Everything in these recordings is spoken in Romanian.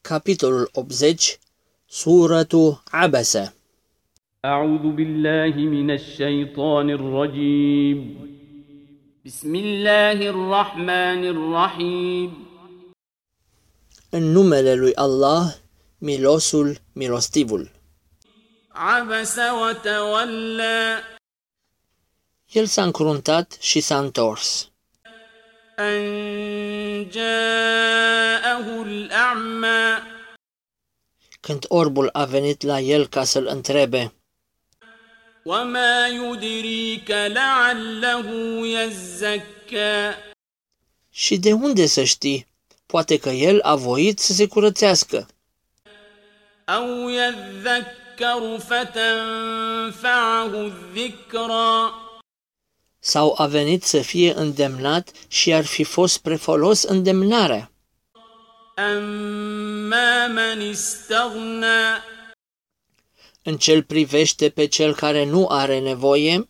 Capitolul 80, Suratu Abasa. أعوذ بالله من الشيطان الرجيم بسم الله الرحمن الرحيم În numele lui Allah, Milosul, Milostivul. عبس وتولى El s-a încruntat și s-a întors. أن جاءه الأعمى Când orbul a venit la el ca să-l întrebe, وما يدريك لعله يزكى și de unde să știi? Poate că el a voit să se curățească. أو يذكر فتنفعه الذكرى Sau a venit să fie îndemnat și ar fi fost spre folos îndemnarea. أما من استغنى În cel privește pe cel care nu are nevoie,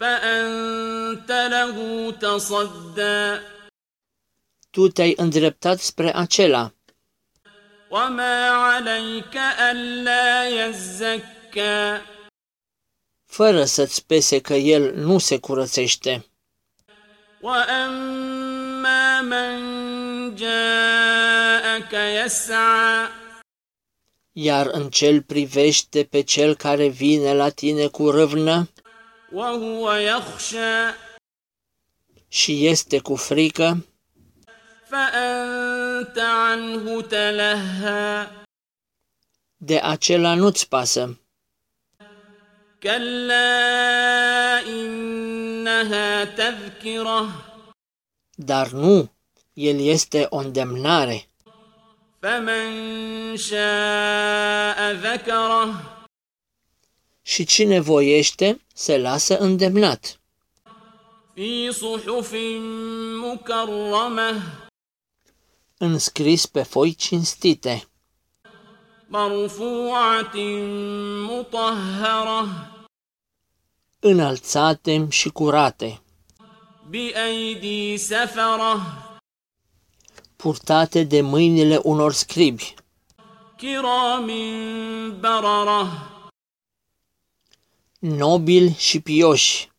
فأنت له تصدى tu te-ai îndreptat spre acela. وما عليك ألا يزكى fără să-ți pese că el nu se curățește. وأما من جاءك يسعى Iar în cel privește pe cel care vine la tine cu râvnă وهو يخشى și este cu frică, فأنت عنه تلهى de acela nu-ți pasă. كلا إنها تذكره Dar nu, el este o îndemnare. فمن شاء ذكره Și cine voiește, se lasă îndemnat, في صحف مكرمه înscris pe foi cinstite, مرفوعه مطهره înălțate și curate, بايدي سفره purtate de mâinile unor scribi, كرام برره nobili și pioși.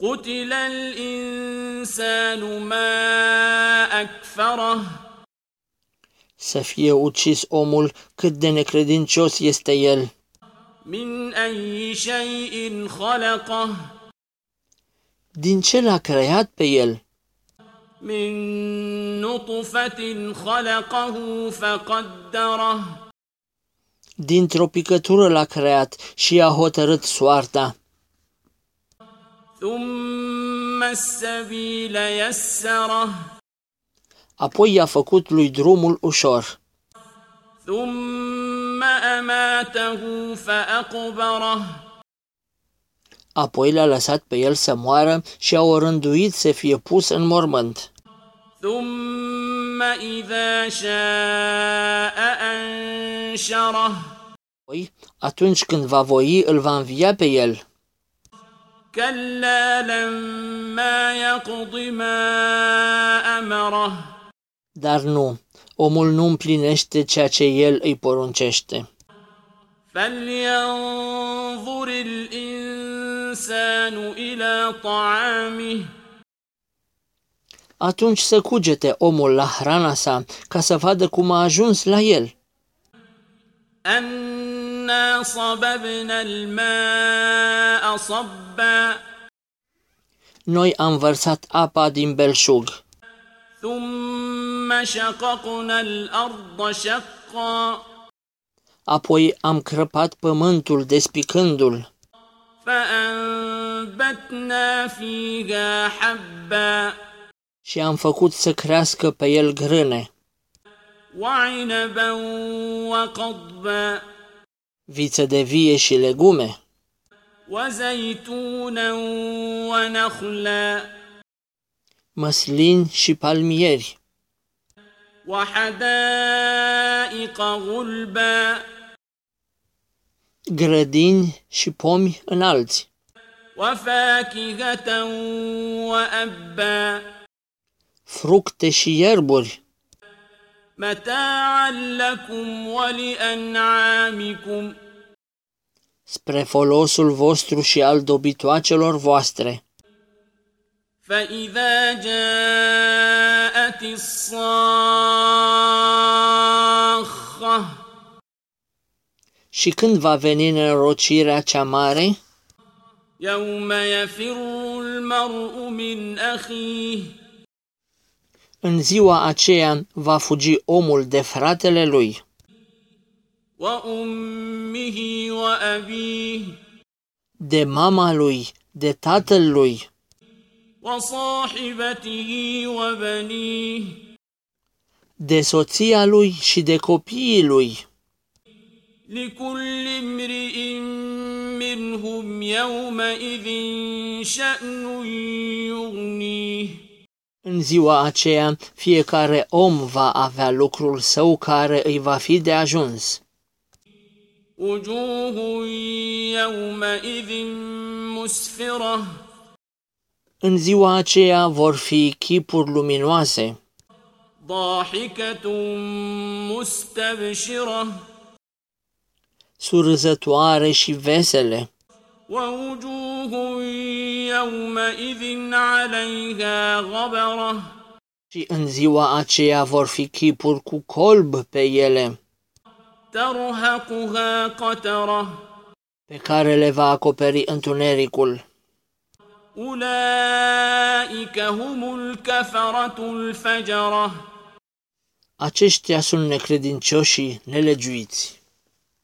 قتل الانسان ما اكفره Să fie ucis omul cât de necredincios este el. من اي شيء خلقه Din ce l-a creat pe el? من نطفة خلقه فقدره Dintr-o picătură l-a creat și a hotărât soarta. ثم السبيل يسره Apoi i-a făcut lui drumul ușor. ثم أماته فأقبره Apoi l-a lăsat pe el să moară și a orânduit să fie pus în mormânt. ثم إذا شاء أنشره Apoi, atunci când va voi, îl va învia pe el. كلا لما يقض ما أمره Dar nu, omul nu împlinește ceea ce el îi poruncește. فلينظر الإنسان إلى طعامه Atunci să cugete omul la hrana sa ca să vadă cum a ajuns la el. أنا صببنا الماء صبا Noi am vărsat apa din belșug. ثم شققنا الأرض شقا Apoi am crăpat pământul despicându-l فأنبتنا فيها حبا și am făcut să crească pe el grâne, وعنبا وقضبا viță de vie și legume, وزيتونا ونخلا măslini și palmieri, وحدائق غلبا grădini și pomi înalți وفاكهة وأبا fructe și ierburi, متاعا لكم ولأنعامكم spre folosul vostru și al dobitoacelor voastre. فإذا جاءت الصاخة Și când va veni nerocirea cea mare, يوم يفر المرء من أخيه în ziua aceea va fugi omul de fratele lui, وأمه وأبيه de mama lui, de tatăl lui, وصاحبته وبنيه de soția lui și de copiii lui. لكل امرئ منهم يومئذ شأن يغنيه În ziua aceea, fiecare om va avea lucrul său care îi va fi de ajuns. وجوه يومئذ مسفرة În ziua aceea vor fi chipuri luminoase, ضاحكة مستبشرة surzătoare și vesele. ووجوه يومئذ عليها غبرة Și în ziua aceea vor fi chipuri cu colb pe ele, ترهقها قترة pe care le va acoperi întunericul. أولئك هم الكفرة الفجرة Aceștia sunt necredincioșii nelegiuiți.